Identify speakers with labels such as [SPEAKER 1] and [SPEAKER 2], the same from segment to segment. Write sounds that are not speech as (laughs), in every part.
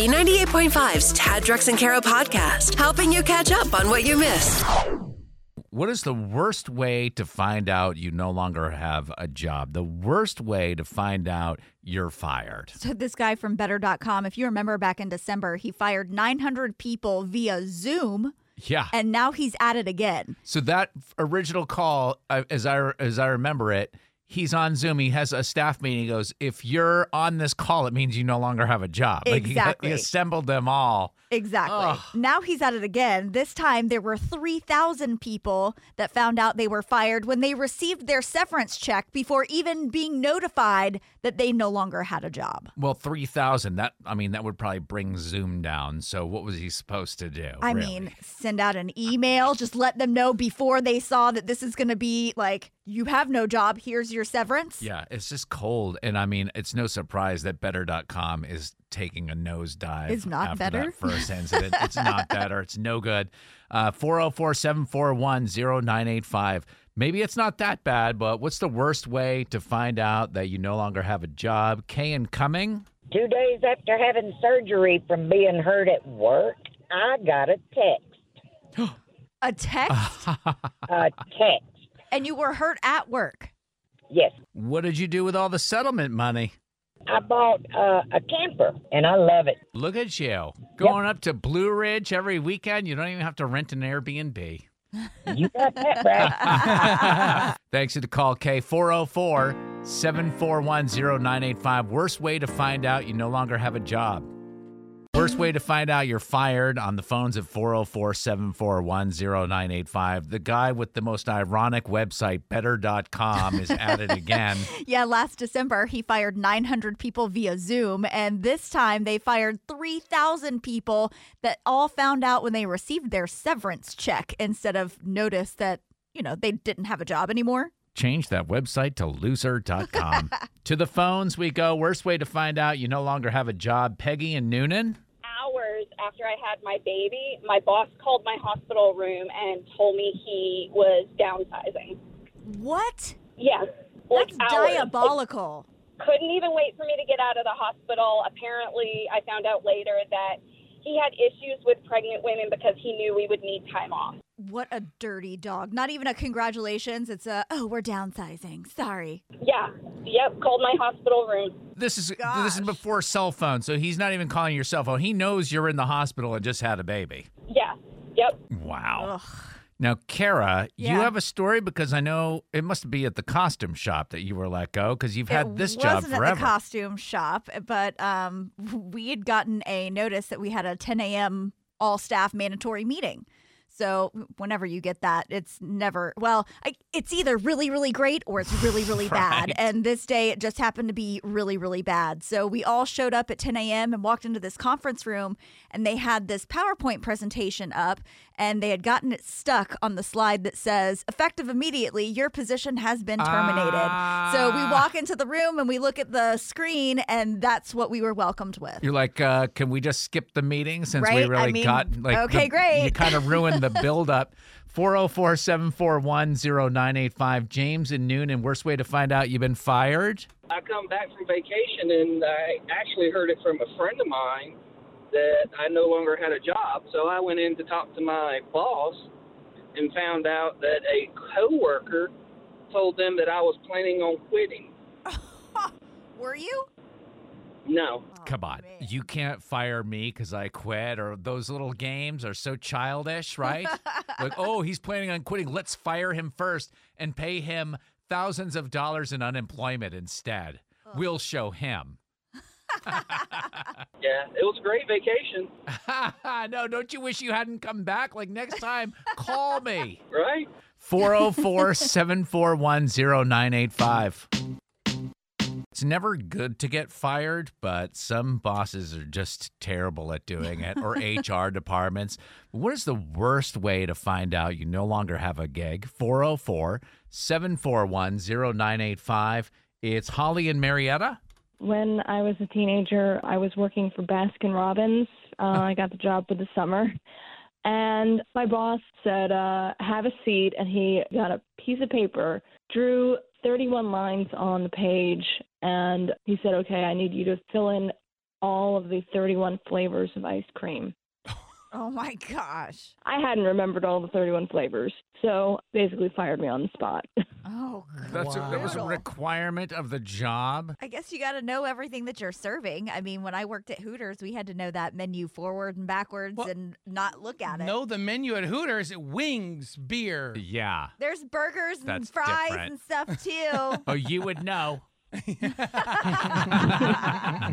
[SPEAKER 1] B98.5's Tad Drex and Kara podcast, helping you catch up on what you missed.
[SPEAKER 2] What is the worst way to find out you no longer have a job? The worst way to find out you're fired.
[SPEAKER 3] So this guy from better.com, if you remember back in December, he fired 900 people via Zoom
[SPEAKER 2] Yeah.
[SPEAKER 3] and now he's at it again.
[SPEAKER 2] So that original call, I- as I as I remember it, he's on Zoom. He has a staff meeting. He goes, "If you're on this call, it means you no longer have a job." he (laughs) got-
[SPEAKER 3] Exactly.
[SPEAKER 2] he assembled them all.
[SPEAKER 3] Exactly.
[SPEAKER 2] Ugh.
[SPEAKER 3] Now he's at it again. This time there were 3,000 people that found out they were fired when they received their severance check before even being notified that they no longer had a job.
[SPEAKER 2] Well, three thousand. That I mean, that would probably bring Zoom down. So what was he supposed to do?
[SPEAKER 3] I
[SPEAKER 2] really?
[SPEAKER 3] mean, send out an email, just let them know before they saw that this is going to be like, you have no job, here's your severance.
[SPEAKER 2] Yeah, it's just cold. And I mean, it's no surprise that better.com is taking a nosedive.
[SPEAKER 3] It's not
[SPEAKER 2] after
[SPEAKER 3] better.
[SPEAKER 2] That
[SPEAKER 3] (laughs)
[SPEAKER 2] first incident. it's not better. It's no good. Uh, 404 741 0985. Maybe it's not that bad, but what's the worst way to find out that you no longer have a job? Kay and Cumming?
[SPEAKER 4] Two days after having surgery from being hurt at work, I got a text.
[SPEAKER 3] A text,
[SPEAKER 4] A text.
[SPEAKER 3] and you were hurt at work.
[SPEAKER 4] Yes.
[SPEAKER 2] What did you do with all the settlement money?
[SPEAKER 4] I bought uh, a camper and I love it.
[SPEAKER 2] Look at you going up to Blue Ridge every weekend. You don't even have to rent an Airbnb.
[SPEAKER 4] You got that right.
[SPEAKER 2] Thanks for the call, K. 404 741 0985. Worst way to find out you no longer have a job. Worst way to find out you're fired on the phones at 404 741 0985. The guy with the most ironic website, better.com, is at it again.
[SPEAKER 3] Yeah, last December, he fired 900 people via Zoom, and this time they fired 3,000 people that all found out when they received their severance check instead of notice that, you know, they didn't have a job anymore.
[SPEAKER 2] Change that website to loser.com. to the phones we go. Worst way to find out you no longer have a job, Peggy and Noonan.
[SPEAKER 5] hours after I had my baby, my boss called my hospital room and told me he was downsizing.
[SPEAKER 3] What?
[SPEAKER 5] Yeah. like
[SPEAKER 3] That's
[SPEAKER 5] hours.
[SPEAKER 3] diabolical.
[SPEAKER 5] Like, couldn't even wait for me to get out of the hospital. Apparently, I found out later that he had issues with pregnant women because he knew we would need time off.
[SPEAKER 3] What a dirty dog. Not even a congratulations. It's a, oh, we're downsizing. Sorry.
[SPEAKER 5] Yeah. Yep. Called my hospital room.
[SPEAKER 2] This is this
[SPEAKER 3] Gosh.
[SPEAKER 2] is before cell phone, so he's not even calling your cell phone. He knows you're in the hospital and just had a baby.
[SPEAKER 5] Yeah. Yep.
[SPEAKER 2] Wow. Now, Kara, you
[SPEAKER 3] Yeah.
[SPEAKER 2] have a story because I know it must be at the costume shop that you were let go because you've had
[SPEAKER 3] it
[SPEAKER 2] this job
[SPEAKER 3] wasn't at
[SPEAKER 2] forever.
[SPEAKER 3] the costume shop, but um, we had gotten a notice that we had a 10 a.m. all staff mandatory meeting. So whenever you get that, it's never well. I, it's either really, really great or it's
[SPEAKER 2] (laughs)
[SPEAKER 3] really, really bad. And this day, it just happened to be really, really bad. So we all showed up at 10 a.m. and walked into this conference room, and they had this PowerPoint presentation up, and they had gotten it stuck on the slide that says, "Effective immediately, your position has been terminated." So we
[SPEAKER 2] Ah.
[SPEAKER 3] walk into the room and we look at the screen, and that's what we were welcomed with.
[SPEAKER 2] You're like, uh, can we just skip the meeting since we
[SPEAKER 3] Right? I
[SPEAKER 2] really
[SPEAKER 3] mean,
[SPEAKER 2] got like
[SPEAKER 3] okay,
[SPEAKER 2] the-
[SPEAKER 3] great.
[SPEAKER 2] You kind of ruined the
[SPEAKER 3] (laughs)
[SPEAKER 2] buildup. 404-741-0985. James and Noon and worst way to find out you've been fired.
[SPEAKER 6] I come back from vacation and I actually heard it from a friend of mine that I no longer had a job. So I went in to talk to my boss and found out that a coworker told them that I was planning on quitting.
[SPEAKER 3] Were you?
[SPEAKER 6] No.
[SPEAKER 2] Come on.
[SPEAKER 3] man.
[SPEAKER 2] You can't fire me because I quit, or those little games are so childish, right? like, oh, he's planning on quitting. Let's fire him first and pay him thousands of dollars in unemployment instead. We'll show him. (laughs)
[SPEAKER 6] Yeah, it was a great vacation,
[SPEAKER 2] no, don't you wish you hadn't come back? Like, next time, call me.
[SPEAKER 6] right?
[SPEAKER 2] 404 741 0985. It's never good to get fired, but some bosses are just terrible at doing it, or HR departments. What is the worst way to find out you no longer have a gig? 404 741 0985. It's Holly and Marietta.
[SPEAKER 7] When I was a teenager, I was working for Baskin Robbins. Uh, I got the job for the summer. And my boss said, uh, have a seat. And he got a piece of paper, drew 31 lines on the page, and he said, okay, I need you to fill in all of the 31 flavors of ice cream.
[SPEAKER 3] Oh my gosh.
[SPEAKER 7] I hadn't remembered all the 31 flavors, so basically fired me on the spot.
[SPEAKER 3] Oh, God.
[SPEAKER 2] That's a, that was a
[SPEAKER 3] Wow.
[SPEAKER 2] requirement of the job.
[SPEAKER 3] I guess you got to know everything that you're serving. I mean, when I worked at Hooters, we had to know that menu forward and backwards
[SPEAKER 8] Well,
[SPEAKER 3] and not look at it.
[SPEAKER 8] Know the menu at Hooters: wings, beer.
[SPEAKER 2] Yeah.
[SPEAKER 3] There's burgers and
[SPEAKER 2] That's
[SPEAKER 3] fries
[SPEAKER 2] different.
[SPEAKER 3] and stuff too.
[SPEAKER 2] (laughs) Oh, you would know.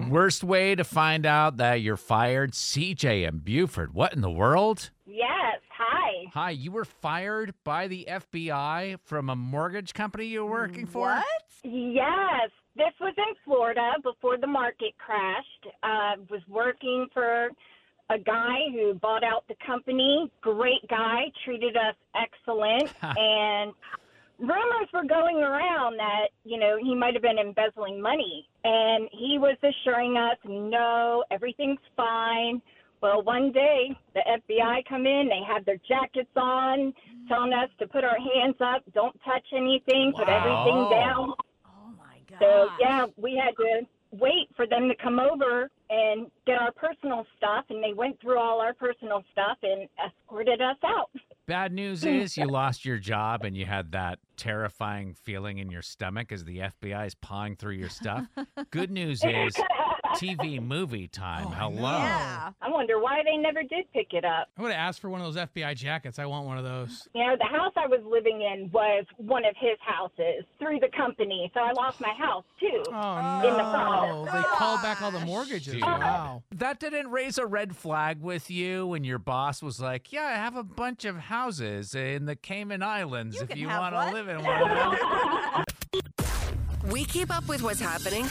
[SPEAKER 2] Worst way to find out that you're fired, CJ and Buford. What in the world?
[SPEAKER 5] Yes. Hi.
[SPEAKER 2] Hi, you were fired by the FBI from a mortgage company you were working for?
[SPEAKER 3] What?
[SPEAKER 5] Yes, this was in Florida before the market crashed. I was working for a guy who bought out the company. Great guy, treated us excellent, and rumors were going around that you know he might have been embezzling money, and he was assuring us, "No, everything's fine." Well, one day the FBI come in. They had their jackets on, telling us to put our hands up, don't touch anything, put everything
[SPEAKER 2] Wow.
[SPEAKER 5] down.
[SPEAKER 3] Oh my God.
[SPEAKER 5] So yeah, we had to wait for them to come over and get our personal stuff, and they went through all our personal stuff and escorted us out.
[SPEAKER 2] Bad news is you lost your job and you had that terrifying feeling in your stomach as the FBI is pawing through your stuff. Good news is TV movie time.
[SPEAKER 8] Oh, I
[SPEAKER 2] Hello.
[SPEAKER 8] know.
[SPEAKER 3] Yeah.
[SPEAKER 5] I wonder why they never did pick it up.
[SPEAKER 8] I would have asked for one of those FBI jackets. I want one of those.
[SPEAKER 5] You know, the house I was living in was one of his houses through the company, so I lost my house too.
[SPEAKER 8] Oh
[SPEAKER 5] In the
[SPEAKER 8] no!
[SPEAKER 5] front.
[SPEAKER 8] They called back all the mortgages.
[SPEAKER 2] Dude.
[SPEAKER 8] Wow.
[SPEAKER 2] That didn't raise a red flag with you when your boss was like, Yeah, I have a bunch of houses in the Cayman Islands
[SPEAKER 3] You
[SPEAKER 2] if
[SPEAKER 3] can
[SPEAKER 2] you
[SPEAKER 3] have
[SPEAKER 2] want to
[SPEAKER 3] one."
[SPEAKER 2] live in one of them.
[SPEAKER 3] (laughs)
[SPEAKER 1] We keep up with what's happening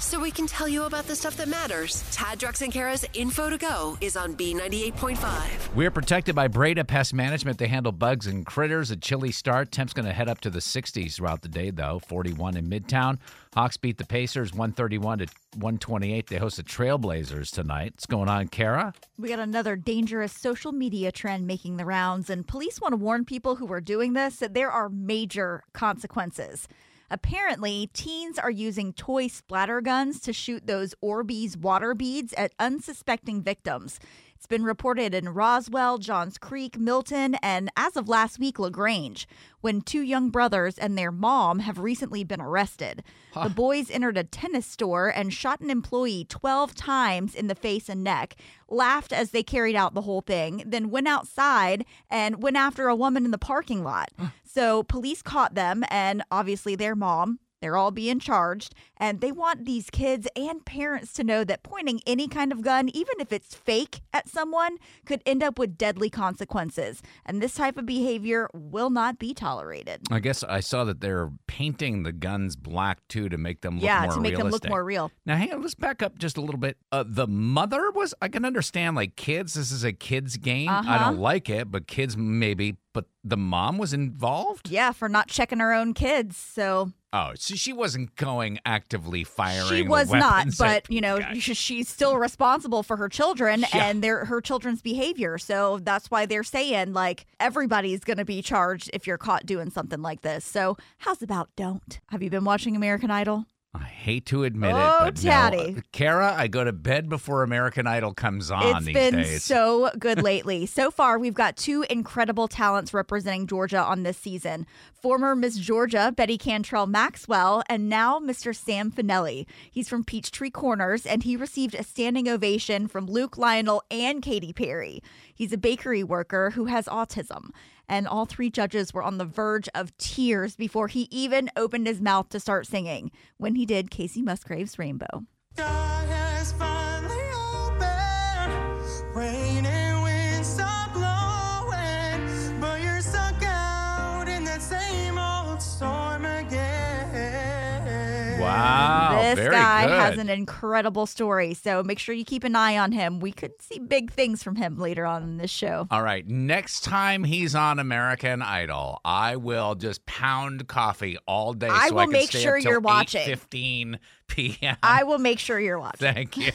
[SPEAKER 1] so we can tell you about the stuff that matters. Tad, Drex, and Kara's info to go is on B98.5.
[SPEAKER 2] We're protected by Breda Pest Management. They handle bugs and critters. A chilly start. Temps going to head up to the 60s throughout the day, though. 41 in Midtown. Hawks beat the Pacers 131 to 128. They host the Trailblazers tonight. What's going on, Kara?
[SPEAKER 3] We got another dangerous social media trend making the rounds, and police want to warn people who are doing this that there are major consequences. Apparently, teens are using toy splatter guns to shoot those Orbeez water beads at unsuspecting victims. It's been reported in Roswell, Johns Creek, Milton, and as of last week, LaGrange, when two young brothers and their mom have recently been arrested. The boys entered a tennis store and shot an employee 12 times in the face and neck, laughed as they carried out the whole thing, then went outside and went after a woman in the parking lot. so police caught them and obviously their mom. They're all being charged, and they want these kids and parents to know that pointing any kind of gun, even if it's fake at someone, could end up with deadly consequences. And this type of behavior will not be tolerated.
[SPEAKER 2] I guess I saw that they're painting the guns black, too, to make them look
[SPEAKER 3] yeah,
[SPEAKER 2] more
[SPEAKER 3] to make them look
[SPEAKER 2] realistic.
[SPEAKER 3] more real.
[SPEAKER 2] Now, hang on, let's back up just a little bit. Uh, the mother was, I can understand, like kids, this is a kid's game. I
[SPEAKER 3] Uh-huh.
[SPEAKER 2] don't like it, but kids maybe. But the mom was involved?
[SPEAKER 3] Yeah, for not checking her own kids. So
[SPEAKER 2] Oh, so she wasn't going actively firing.
[SPEAKER 3] she
[SPEAKER 2] the
[SPEAKER 3] was not,
[SPEAKER 2] weapons
[SPEAKER 3] but
[SPEAKER 2] at-
[SPEAKER 3] you know,
[SPEAKER 2] Okay.
[SPEAKER 3] sh- she's still responsible for her children
[SPEAKER 2] Yeah.
[SPEAKER 3] and their her children's behavior. So that's why they're saying like everybody's going to be charged if you're caught doing something like this. So how's about don't? Have you been watching American Idol?
[SPEAKER 2] I hate to admit
[SPEAKER 3] Oh,
[SPEAKER 2] it, but no.
[SPEAKER 3] Taddy.
[SPEAKER 2] Kara, I go to bed before American Idol comes on
[SPEAKER 3] It's
[SPEAKER 2] these
[SPEAKER 3] been
[SPEAKER 2] days.
[SPEAKER 3] so good lately. so far, we've got two incredible talents representing Georgia on this season former Miss Georgia, Betty Cantrell Maxwell, and now Mr. Sam Finelli. He's from Peachtree Corners, and he received a standing ovation from Luke Lionel and Katy Perry. He's a bakery worker who has autism. And all three judges were on the verge of tears before he even opened his mouth to start singing when he did Casey Musgrave's Rainbow.
[SPEAKER 9] God has finally opened. Rain and winds are blowing, but you're stuck out in that same old storm again.
[SPEAKER 2] wow,
[SPEAKER 3] this
[SPEAKER 2] very
[SPEAKER 3] guy
[SPEAKER 2] good.
[SPEAKER 3] has an incredible story. So make sure you keep an eye on him. We could see big things from him later on in this show.
[SPEAKER 2] All right, next time he's on American Idol, I will just pound coffee all day.
[SPEAKER 3] I
[SPEAKER 2] so
[SPEAKER 3] will
[SPEAKER 2] can
[SPEAKER 3] make
[SPEAKER 2] stay
[SPEAKER 3] sure
[SPEAKER 2] up till
[SPEAKER 3] you're watching.
[SPEAKER 2] 8:15 p.m.
[SPEAKER 3] I will make sure you're watching.
[SPEAKER 2] (laughs) Thank
[SPEAKER 3] (laughs)
[SPEAKER 2] you.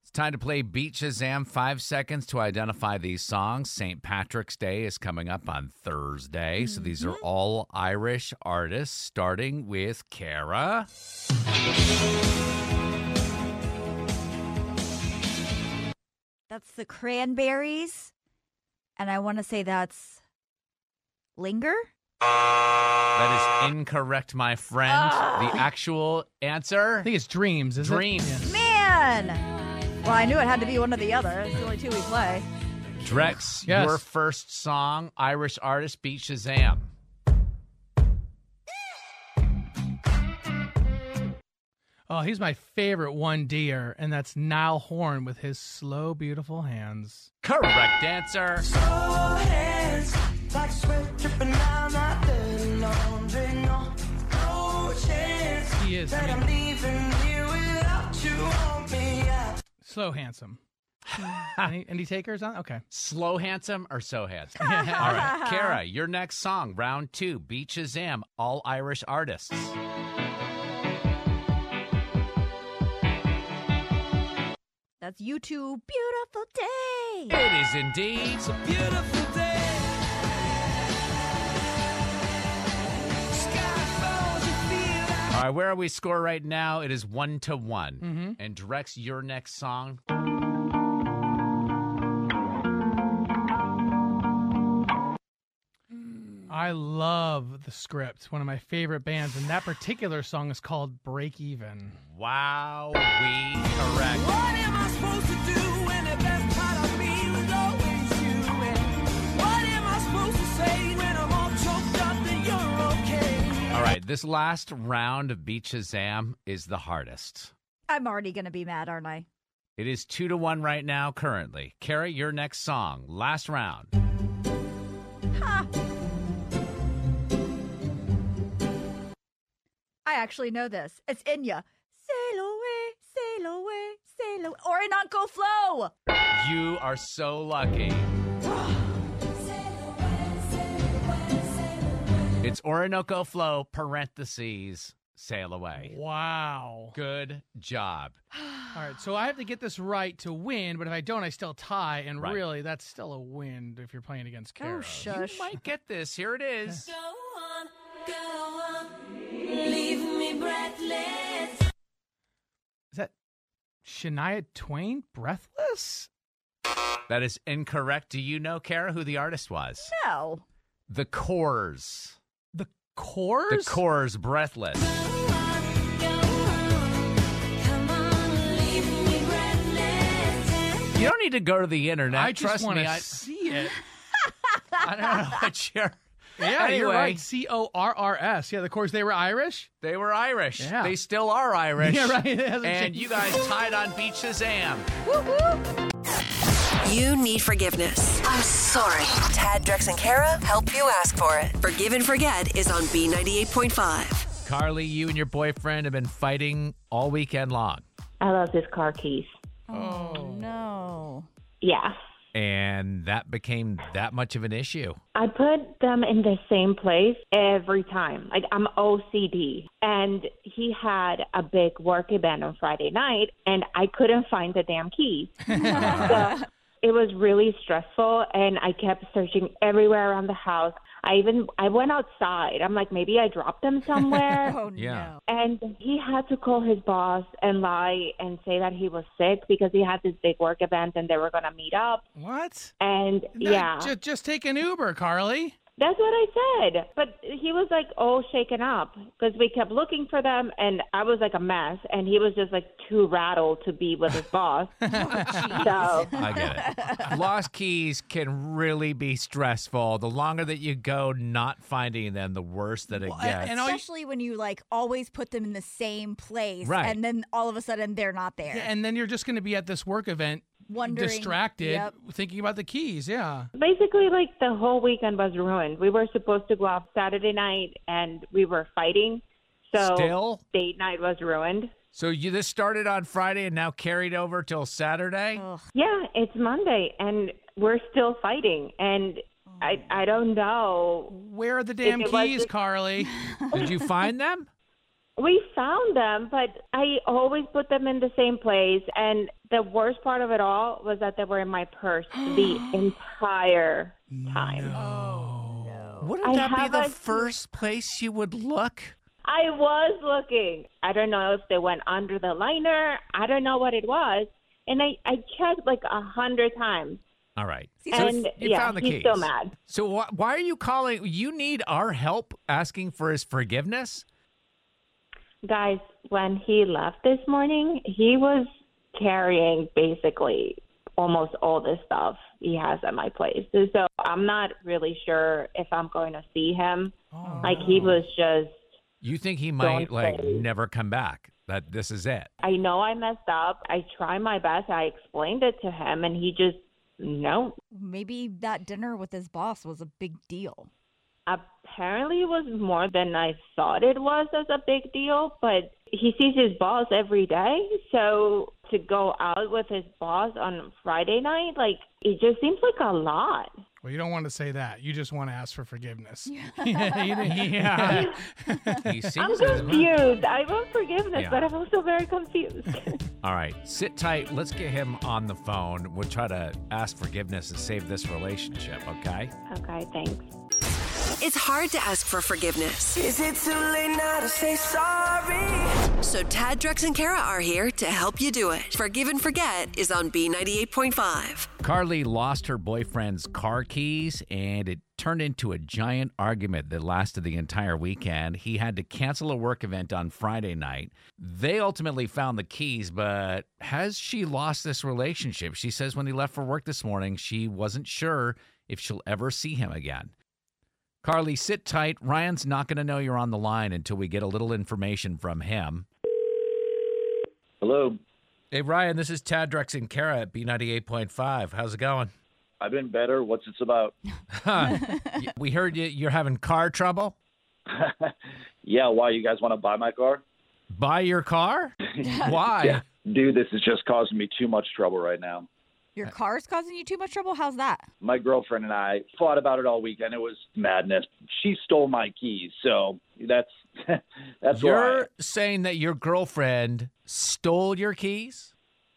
[SPEAKER 2] it's time to play Beat Shazam. Five seconds to identify these songs. St. Patrick's Day is coming up on Thursday. So these
[SPEAKER 3] Mm-hmm.
[SPEAKER 2] are all Irish artists, starting with Cara.
[SPEAKER 3] That's the cranberries. And I want to say that's linger.
[SPEAKER 2] That
[SPEAKER 3] (gasps)
[SPEAKER 2] is incorrect, my friend.
[SPEAKER 3] Ah.
[SPEAKER 2] The actual answer
[SPEAKER 8] I think it's dreams. Is
[SPEAKER 2] Dreams.
[SPEAKER 8] It? Yeah.
[SPEAKER 3] Man. Well, I knew it had to be one or the other. It's the only two we play.
[SPEAKER 2] Drex,
[SPEAKER 8] Yes.
[SPEAKER 2] your first song, Irish artist beat Shazam.
[SPEAKER 8] Oh, he's my favorite one deer, and that's Niall Horn with his slow, beautiful hands.
[SPEAKER 2] Correct answer.
[SPEAKER 9] Like sweat dripping down my dirty laundry. No, no chance
[SPEAKER 8] He is
[SPEAKER 9] that
[SPEAKER 8] I mean,
[SPEAKER 9] I'm leaving here without you on me. I (laughs)
[SPEAKER 8] slow, handsome. any, any takers on? Okay.
[SPEAKER 2] Slow handsome or so handsome? (laughs) All right.
[SPEAKER 9] (laughs)
[SPEAKER 2] Kara, your next song, round two, beat Shazam, all Irish artists.
[SPEAKER 3] That's you two beautiful day.
[SPEAKER 2] It is indeed.
[SPEAKER 9] beautiful day. Sky falls, you feel that Mm-hmm.
[SPEAKER 2] All right, where are we score right now? It is one to one. And Drex, your next song.
[SPEAKER 8] I love the script, one of my favorite bands, and that particular song is called Break Even.
[SPEAKER 2] Wow, we correct.
[SPEAKER 9] What am I supposed to do when the best part of me was always you? And what am I supposed to say when I'm all choked up that you're okay?
[SPEAKER 2] All right, this last round of Beat Shazam is the hardest.
[SPEAKER 3] I'm already going to be mad, aren't I?
[SPEAKER 2] It is two to one right now, currently. Kara, your next song, last round.
[SPEAKER 3] I actually know this. It's Inya. Sail away, sail away, sail away. Or in Uncle Flo.
[SPEAKER 2] You are so lucky. It's Orinoco Flow, parentheses, sail away.
[SPEAKER 8] Wow.
[SPEAKER 2] Good job.
[SPEAKER 8] All right, so I have to get this right to win, but if I don't, I still tie, and
[SPEAKER 2] Right.
[SPEAKER 8] really, that's still a win if you're playing against Kara.
[SPEAKER 2] You
[SPEAKER 3] Oh, shush.
[SPEAKER 2] might get this. Here it is.
[SPEAKER 8] Is that Shania Twain, Breathless?
[SPEAKER 2] That is incorrect. Do you know, Kara, who the artist was?
[SPEAKER 3] No.
[SPEAKER 2] The Cores.
[SPEAKER 8] The Coors?
[SPEAKER 2] The Cores, Breathless. You don't need to go to the internet.
[SPEAKER 8] I just
[SPEAKER 2] Trust
[SPEAKER 8] want
[SPEAKER 2] me.
[SPEAKER 8] to
[SPEAKER 2] I,
[SPEAKER 8] see it.
[SPEAKER 2] (laughs) I don't know what you're.
[SPEAKER 8] Yeah, you're
[SPEAKER 2] Anyway.
[SPEAKER 8] right. C O R R S. Yeah, the Coors, they were Irish.
[SPEAKER 2] They were Irish.
[SPEAKER 8] Yeah.
[SPEAKER 2] They still are Irish.
[SPEAKER 8] Yeah, right. (laughs) It hasn't
[SPEAKER 2] And
[SPEAKER 8] changed.
[SPEAKER 2] you guys tied on Beach Shazam.
[SPEAKER 1] You need forgiveness. I'm sorry. Tad, Drex, and Kara help you ask for it. Forgive and Forget is on B98.5.
[SPEAKER 2] Carly, you and your boyfriend have been fighting all weekend long.
[SPEAKER 10] I love his car keys.
[SPEAKER 3] Oh, no.
[SPEAKER 10] Yeah.
[SPEAKER 2] And that became that much of an issue.
[SPEAKER 10] I put them in the same place every time. Like I'm OCD. And he had a big work event on Friday night and I couldn't find the damn keys. so it was really stressful and I kept searching everywhere around the house. I even I went outside. I'm like maybe I dropped them somewhere.
[SPEAKER 3] Oh,
[SPEAKER 2] Yeah.
[SPEAKER 10] And he had to call his boss and lie and say that he was sick because he had this big work event and they were going to meet up.
[SPEAKER 8] What?
[SPEAKER 10] And yeah,
[SPEAKER 8] Just, just take an Uber, Carly.
[SPEAKER 10] that's what I said. But he was like all shaken up because we kept looking for them and I was like a mess. And he was just like too rattled to be with his boss. so
[SPEAKER 2] I get
[SPEAKER 8] (laughs)
[SPEAKER 2] it. Lost keys can really be stressful. The longer that you go not finding them, the worse that it
[SPEAKER 8] Well, and-
[SPEAKER 2] gets.
[SPEAKER 8] and all you-
[SPEAKER 3] Especially when you like always put them in the same place,
[SPEAKER 2] Right.
[SPEAKER 3] and then all of a sudden they're not there.
[SPEAKER 8] Yeah, and then you're just going to be at this work event,
[SPEAKER 3] Wondering.
[SPEAKER 8] distracted,
[SPEAKER 3] Yep.
[SPEAKER 8] thinking about the keys. Yeah.
[SPEAKER 10] basically, like the whole weekend was ruined. We were supposed to go out Saturday night and we were fighting. So
[SPEAKER 2] Still?
[SPEAKER 10] date night was ruined.
[SPEAKER 2] so you this started on Friday and now carried over till
[SPEAKER 8] Oh,
[SPEAKER 2] Saturday?
[SPEAKER 10] Yeah, it's Monday and we're still fighting and I I don't know.
[SPEAKER 8] Where are the damn
[SPEAKER 10] it was
[SPEAKER 8] keys,
[SPEAKER 10] just- (laughs)
[SPEAKER 8] Carly?
[SPEAKER 2] Did you find them?
[SPEAKER 10] We found them, but I always put them in the same place and the worst part of it all was that they were in my purse the entire time.
[SPEAKER 2] Wouldn't
[SPEAKER 10] I
[SPEAKER 2] that be
[SPEAKER 10] have
[SPEAKER 2] the
[SPEAKER 10] a-
[SPEAKER 2] first place you would look?
[SPEAKER 10] I was looking. I don't know if they went under the liner. I don't know what it was. And I, I checked like a hundred times.
[SPEAKER 2] All right.
[SPEAKER 3] See,
[SPEAKER 2] So
[SPEAKER 10] and
[SPEAKER 2] you
[SPEAKER 10] yeah,
[SPEAKER 2] found the
[SPEAKER 10] he's
[SPEAKER 2] keys.
[SPEAKER 10] still mad.
[SPEAKER 2] So wh- why are you calling? You need our help asking for his forgiveness?
[SPEAKER 10] Guys, when he left this morning, he was carrying basically almost all the stuff he has at my place. So I'm not really sure if I'm going to see him.
[SPEAKER 2] Oh,
[SPEAKER 10] like he was just
[SPEAKER 2] You think he might like
[SPEAKER 10] say.
[SPEAKER 2] never come back? That this is
[SPEAKER 10] (laughs)
[SPEAKER 2] it?
[SPEAKER 10] I know I messed up. I tried my best. I explained it to him and he just no.
[SPEAKER 3] Maybe that dinner with his boss was a big deal.
[SPEAKER 10] Apparently it was more than I thought it was as a big deal, but he sees his boss every day. So to go out with his boss on Friday night, like it just seems like a lot.
[SPEAKER 8] Well, you don't want to say that. You just want to ask for forgiveness. yeah. (laughs) you didn't- yeah.
[SPEAKER 2] He
[SPEAKER 10] I'm
[SPEAKER 2] seems as well.
[SPEAKER 10] confused. I want forgiveness,
[SPEAKER 2] Yeah.
[SPEAKER 10] but I'm also very confused.
[SPEAKER 2] All right, sit tight. Let's get him on the phone. We'll try to ask forgiveness and save this relationship, okay?
[SPEAKER 10] okay, thanks.
[SPEAKER 1] It's hard to ask for forgiveness.
[SPEAKER 9] Is it too late now to say sorry?
[SPEAKER 1] So Tad, Drex, and Kara are here to help you do it. Forgive and Forget is on B98.5.
[SPEAKER 2] Carly lost her boyfriend's car keys and it turned into a giant argument that lasted the entire weekend. He had to cancel a work event on Friday night. They ultimately found the keys, but has she lost this relationship? She says when he left for work this morning, she wasn't sure if she'll ever see him again. Carly, sit tight. Ryan's not going to know you're on the line until we get a little information from him.
[SPEAKER 11] Hello.
[SPEAKER 2] Hey, Ryan, this is Tad Drex and Kara at B98.5. How's it going?
[SPEAKER 11] I've been better. What's this about?
[SPEAKER 2] Huh.
[SPEAKER 11] (laughs)
[SPEAKER 2] Y- we heard you, you're having car trouble.
[SPEAKER 11] yeah, why you guys want to buy my car?
[SPEAKER 2] Buy
[SPEAKER 11] (laughs)
[SPEAKER 2] your car? Why?
[SPEAKER 11] Yeah. Dude, this is just causing me too much trouble right now.
[SPEAKER 8] Uh,
[SPEAKER 3] Your car's causing you too much trouble? How's that?
[SPEAKER 11] My girlfriend and I fought about it all weekend. It was madness. She stole my keys, so that's (laughs) that's where I-
[SPEAKER 2] You're saying that your girlfriend stole your keys?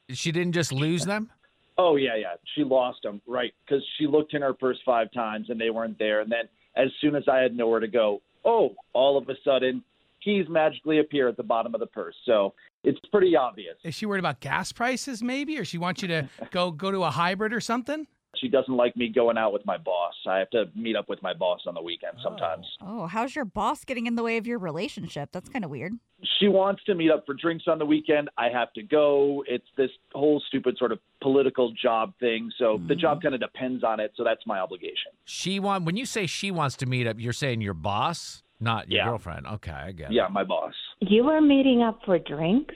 [SPEAKER 2] She didn't just lose them?
[SPEAKER 11] Oh yeah, yeah. She lost them, right? Because she looked in her purse five times and they weren't there. And then as soon as I had nowhere to go, oh, all of a sudden, keys magically appear at the bottom of the purse. So it's pretty obvious.
[SPEAKER 8] Is she worried about gas prices, maybe, or she wants
[SPEAKER 11] (laughs)
[SPEAKER 8] you to go go to a hybrid or something?
[SPEAKER 11] She doesn't like me going out with my boss. I have to meet up with my boss on the weekend sometimes.
[SPEAKER 3] Oh, how's your boss getting in the way of your relationship? That's kind of weird.
[SPEAKER 11] She wants to meet up for drinks on the weekend. I have to go. It's this whole stupid sort of political job thing. So the
[SPEAKER 8] Mm-hmm.
[SPEAKER 11] job kind of depends on it. So that's my obligation.
[SPEAKER 2] She want when you say she wants to meet up, you're saying your boss, not your
[SPEAKER 11] Yeah.
[SPEAKER 2] girlfriend. Okay, I get it.
[SPEAKER 11] Yeah, my boss.
[SPEAKER 10] You were meeting up for drinks?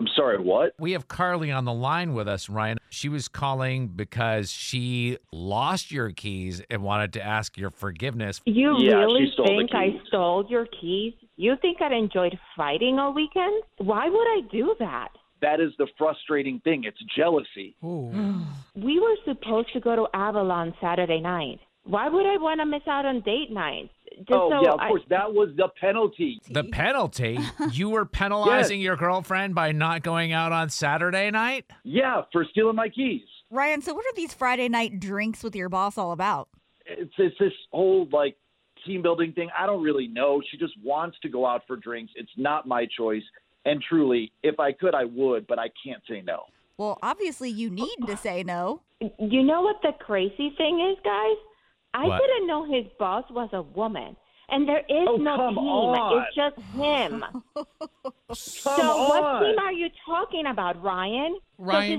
[SPEAKER 11] I'm sorry, what?
[SPEAKER 2] We have Carly on the line with us, Ryan. She was calling because she lost your keys and wanted to ask your forgiveness.
[SPEAKER 10] You
[SPEAKER 11] Yeah, she
[SPEAKER 10] really
[SPEAKER 11] stole the
[SPEAKER 10] think I
[SPEAKER 11] keys.
[SPEAKER 10] stole your keys? You think I enjoyed fighting all weekend? Why would I do that?
[SPEAKER 11] That is the frustrating thing. It's jealousy.
[SPEAKER 8] Ooh.
[SPEAKER 10] We were supposed to go to Avalon Saturday night. Why would I want to miss out on date night? Just
[SPEAKER 11] oh,
[SPEAKER 10] so
[SPEAKER 11] yeah, of
[SPEAKER 10] I-
[SPEAKER 11] course. That was the penalty.
[SPEAKER 2] The penalty? You were penalizing your girlfriend by not going out on Saturday night?
[SPEAKER 11] Yeah, for stealing my keys.
[SPEAKER 3] Ryan, so what are these Friday night drinks with your boss all about?
[SPEAKER 11] It's, it's this whole like team building thing. I don't really know. She just wants to go out for drinks. It's not my choice. And truly, if I could, I would, but I can't say no.
[SPEAKER 3] Well, obviously you need to say no.
[SPEAKER 10] You know what the crazy thing is, guys? I
[SPEAKER 2] What?
[SPEAKER 10] didn't know his boss was a woman. And there is
[SPEAKER 11] Oh,
[SPEAKER 10] no
[SPEAKER 11] come
[SPEAKER 10] team.
[SPEAKER 11] on.
[SPEAKER 10] It's just him.
[SPEAKER 11] (laughs) Come
[SPEAKER 10] so what
[SPEAKER 11] on.
[SPEAKER 10] team are you talking about, Ryan?
[SPEAKER 8] Ryan-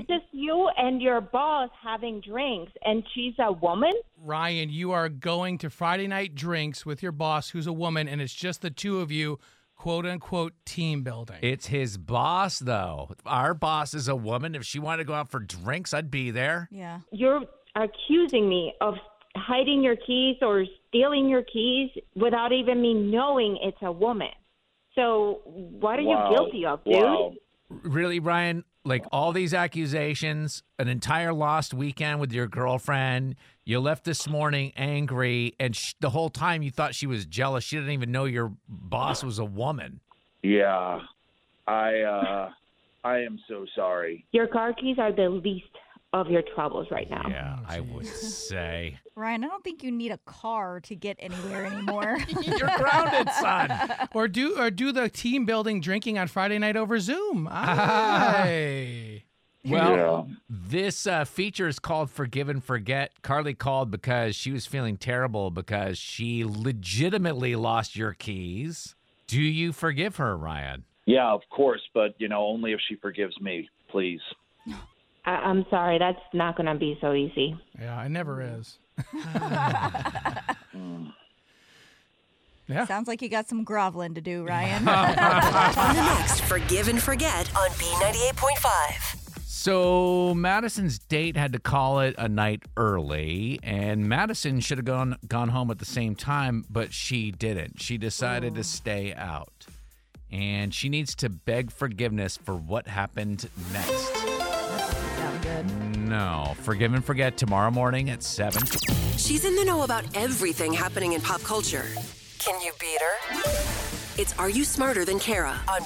[SPEAKER 10] So it's just you and your boss having drinks and she's a woman?
[SPEAKER 8] Ryan, you are going to Friday night drinks with your boss, who's a woman, and it's just the two of you, quote unquote, team building.
[SPEAKER 2] It's his boss, though. Our boss is a woman. If she wanted to go out for drinks, I'd be there.
[SPEAKER 3] Yeah.
[SPEAKER 10] You're accusing me of hiding your keys or stealing your keys without even me knowing it's a woman. So what are
[SPEAKER 11] Wow.
[SPEAKER 10] you guilty of, dude?
[SPEAKER 11] Wow.
[SPEAKER 2] Really, Ryan? Like all these accusations, an entire lost weekend with your girlfriend. You left this morning angry, and sh- the whole time you thought she was jealous. She didn't even know your boss was a woman.
[SPEAKER 11] Yeah. I uh I am so sorry.
[SPEAKER 10] Your car keys are the least of your troubles right now.
[SPEAKER 2] Yeah, I would say.
[SPEAKER 3] Ryan, I don't think you need a car to get
[SPEAKER 8] (laughs)
[SPEAKER 3] anywhere anymore.
[SPEAKER 2] You're (laughs) grounded, son.
[SPEAKER 8] or do or do the (laughs) team building drinking on Friday night over Zoom. Ah. Aye.
[SPEAKER 2] Well, this uh, feature is called Forgive and Forget. Carly called because she was feeling terrible because she legitimately lost your keys. Do you forgive her, Ryan?
[SPEAKER 11] Yeah, of course, but you know, only if she forgives me, please.
[SPEAKER 10] I- I'm sorry, that's not going to be so easy.
[SPEAKER 8] yeah, it never is. Yeah.
[SPEAKER 3] Sounds like you got some groveling to do,
[SPEAKER 8] (laughs)
[SPEAKER 3] Ryan.
[SPEAKER 1] on the next Forgive and Forget on B98.5.
[SPEAKER 2] So Madison's date had to call it a night early, and Madison should have gone gone home at the same time, but she didn't. She decided to stay out. And she needs to beg forgiveness for what happened next.
[SPEAKER 3] Sound good.
[SPEAKER 2] No. Forgive and forget tomorrow morning at 7.
[SPEAKER 1] She's in the know about everything happening in pop culture. Can you beat her? It's Are You Smarter Than Kara on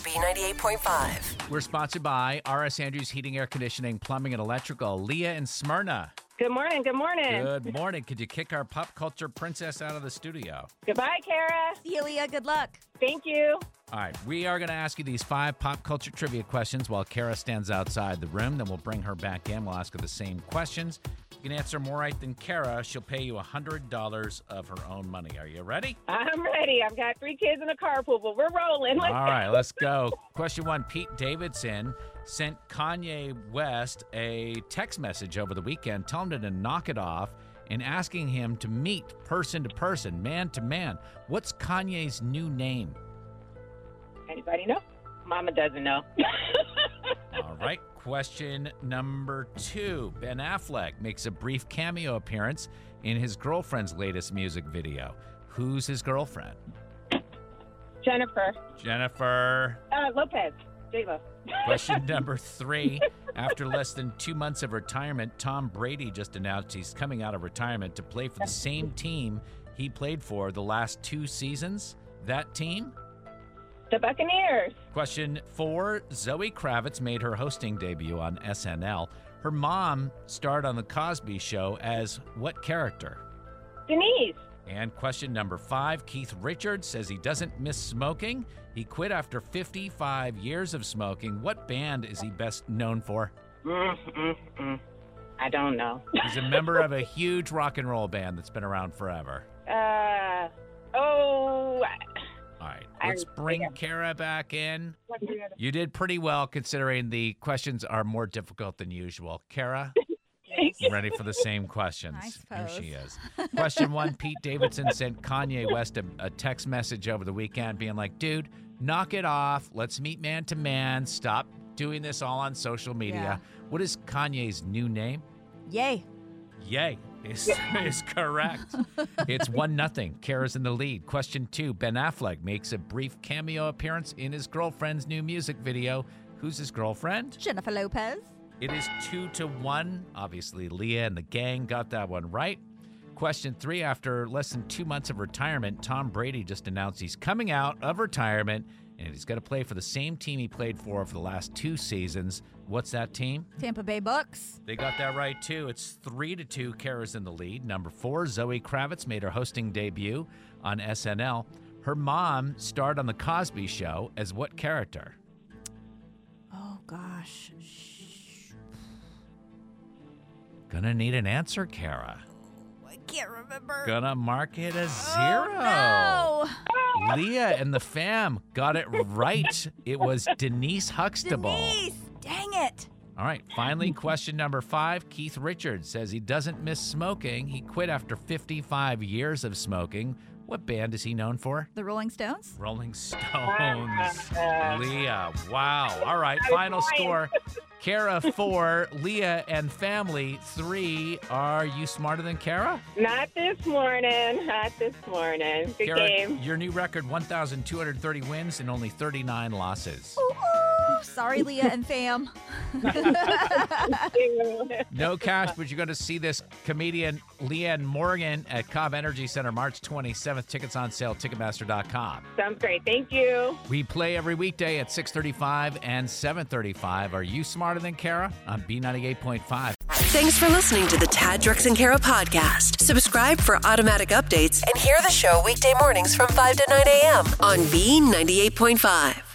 [SPEAKER 1] B98.5.
[SPEAKER 2] We're sponsored by RS Andrews Heating, Air Conditioning, Plumbing, and Electrical. Leah and Smyrna.
[SPEAKER 5] Good morning. Good morning.
[SPEAKER 2] Good morning. Could you kick our pop culture princess out of the studio?
[SPEAKER 5] Goodbye, Kara.
[SPEAKER 3] Celia, good luck.
[SPEAKER 5] Thank you.
[SPEAKER 2] All right, we are going to ask you these five pop culture trivia questions while Kara stands outside the room. Then we'll bring her back in. We'll ask her the same questions. If you can answer more right than Kara, she'll pay you $100 of her own money. Are you ready?
[SPEAKER 5] I'm ready. I've got three kids in a carpool, but we're rolling. Let's
[SPEAKER 2] All right, let's go. Question one Pete Davidson sent Kanye West a text message over the weekend telling him to knock it off and asking him to meet person to person, man to man. What's Kanye's new name?
[SPEAKER 5] Anybody know? Mama doesn't know.
[SPEAKER 2] All right, question number two Ben Affleck makes a brief cameo appearance in his girlfriend's latest music video. Who's his girlfriend?
[SPEAKER 5] Jennifer
[SPEAKER 2] Jennifer.
[SPEAKER 5] uh, Lopez. J-Lo.
[SPEAKER 2] Question number three. After less than two months of retirement, Tom Brady just announced he's coming out of retirement to play for the same team he played for the last two seasons. That team?
[SPEAKER 5] (laughs) The Buccaneers.
[SPEAKER 2] Question four Zoe Kravitz made her hosting debut on SNL. Her mom starred on The Cosby Show as what character?
[SPEAKER 5] Denise.
[SPEAKER 2] And question number five Keith Richards says he doesn't miss smoking. He quit after 55 years of smoking. What band is he best known for?
[SPEAKER 5] Mm, mm, mm. I don't know.
[SPEAKER 2] He's a member of a huge rock and roll band that's been around forever.
[SPEAKER 5] Uh, oh,
[SPEAKER 2] All right,
[SPEAKER 5] I
[SPEAKER 2] let's bring Kara back in. You did pretty well considering the questions are more difficult than usual. Kara, I'm ready for the same questions.
[SPEAKER 3] I
[SPEAKER 2] Here she is. Question one Pete Davidson sent Kanye West a, a text message over the weekend being like, dude, knock it off. Let's meet man to man. Stop doing this all on social media. What is Kanye's new name?
[SPEAKER 3] Yay.
[SPEAKER 2] Yay is, (laughs) is correct. It's one nothing. Kara's in the lead. Question two: Ben Affleck makes a brief cameo appearance in his girlfriend's new music video. Who's his girlfriend?
[SPEAKER 3] Jennifer Lopez.
[SPEAKER 2] It is two to one. Obviously, Leah and the gang got that one right. Question three: After less than two months of retirement, Tom Brady just announced he's coming out of retirement and he's going to play for the same team he played for for the last two seasons. What's that team?
[SPEAKER 3] Tampa Bay Bucks.
[SPEAKER 2] They got that right too. It's three to two. Kara's in the lead. Number four, Zoe Kravitz made her hosting debut on SNL. Her mom starred on the Cosby Show as what character?
[SPEAKER 3] Oh gosh. Shh.
[SPEAKER 2] Gonna need an answer, Kara.
[SPEAKER 3] I can't remember.
[SPEAKER 2] Gonna mark it a zero.
[SPEAKER 3] Oh
[SPEAKER 2] Leah and the fam got it right. It was Denise
[SPEAKER 3] no.
[SPEAKER 2] Huxtable.
[SPEAKER 3] Denise. Dang it.
[SPEAKER 2] All right, finally, question number five. Keith Richards says he doesn't miss smoking. He quit after 55 years of smoking. What band is he known for?
[SPEAKER 3] The Rolling Stones.
[SPEAKER 2] Rolling (laughs) Stones. Leah. Wow. All right. Final
[SPEAKER 5] (laughs)
[SPEAKER 2] score. Kara four, Leah and family three. Are you smarter than Kara?
[SPEAKER 5] not this morning. Not this morning. Good
[SPEAKER 2] Kara,
[SPEAKER 5] game.
[SPEAKER 2] your new record: 1,230 wins and only 39 losses.
[SPEAKER 5] Oh,
[SPEAKER 3] Ooh, sorry, Leah and fam.
[SPEAKER 2] (laughs)
[SPEAKER 3] (laughs)
[SPEAKER 2] No cash, but you're going to see this comedian Leanne Morgan at Cobb Energy Center March 27th. Tickets on sale, Ticketmaster.com.
[SPEAKER 5] Sounds great. Thank you.
[SPEAKER 2] We play every weekday at 6:35 and 7:35. Are you smarter than Kara? On B98.5.
[SPEAKER 1] Thanks for listening to the Tad Drex and Kara podcast. Subscribe for automatic updates and hear the show weekday mornings from 5 to 9 a.m. on B98.5.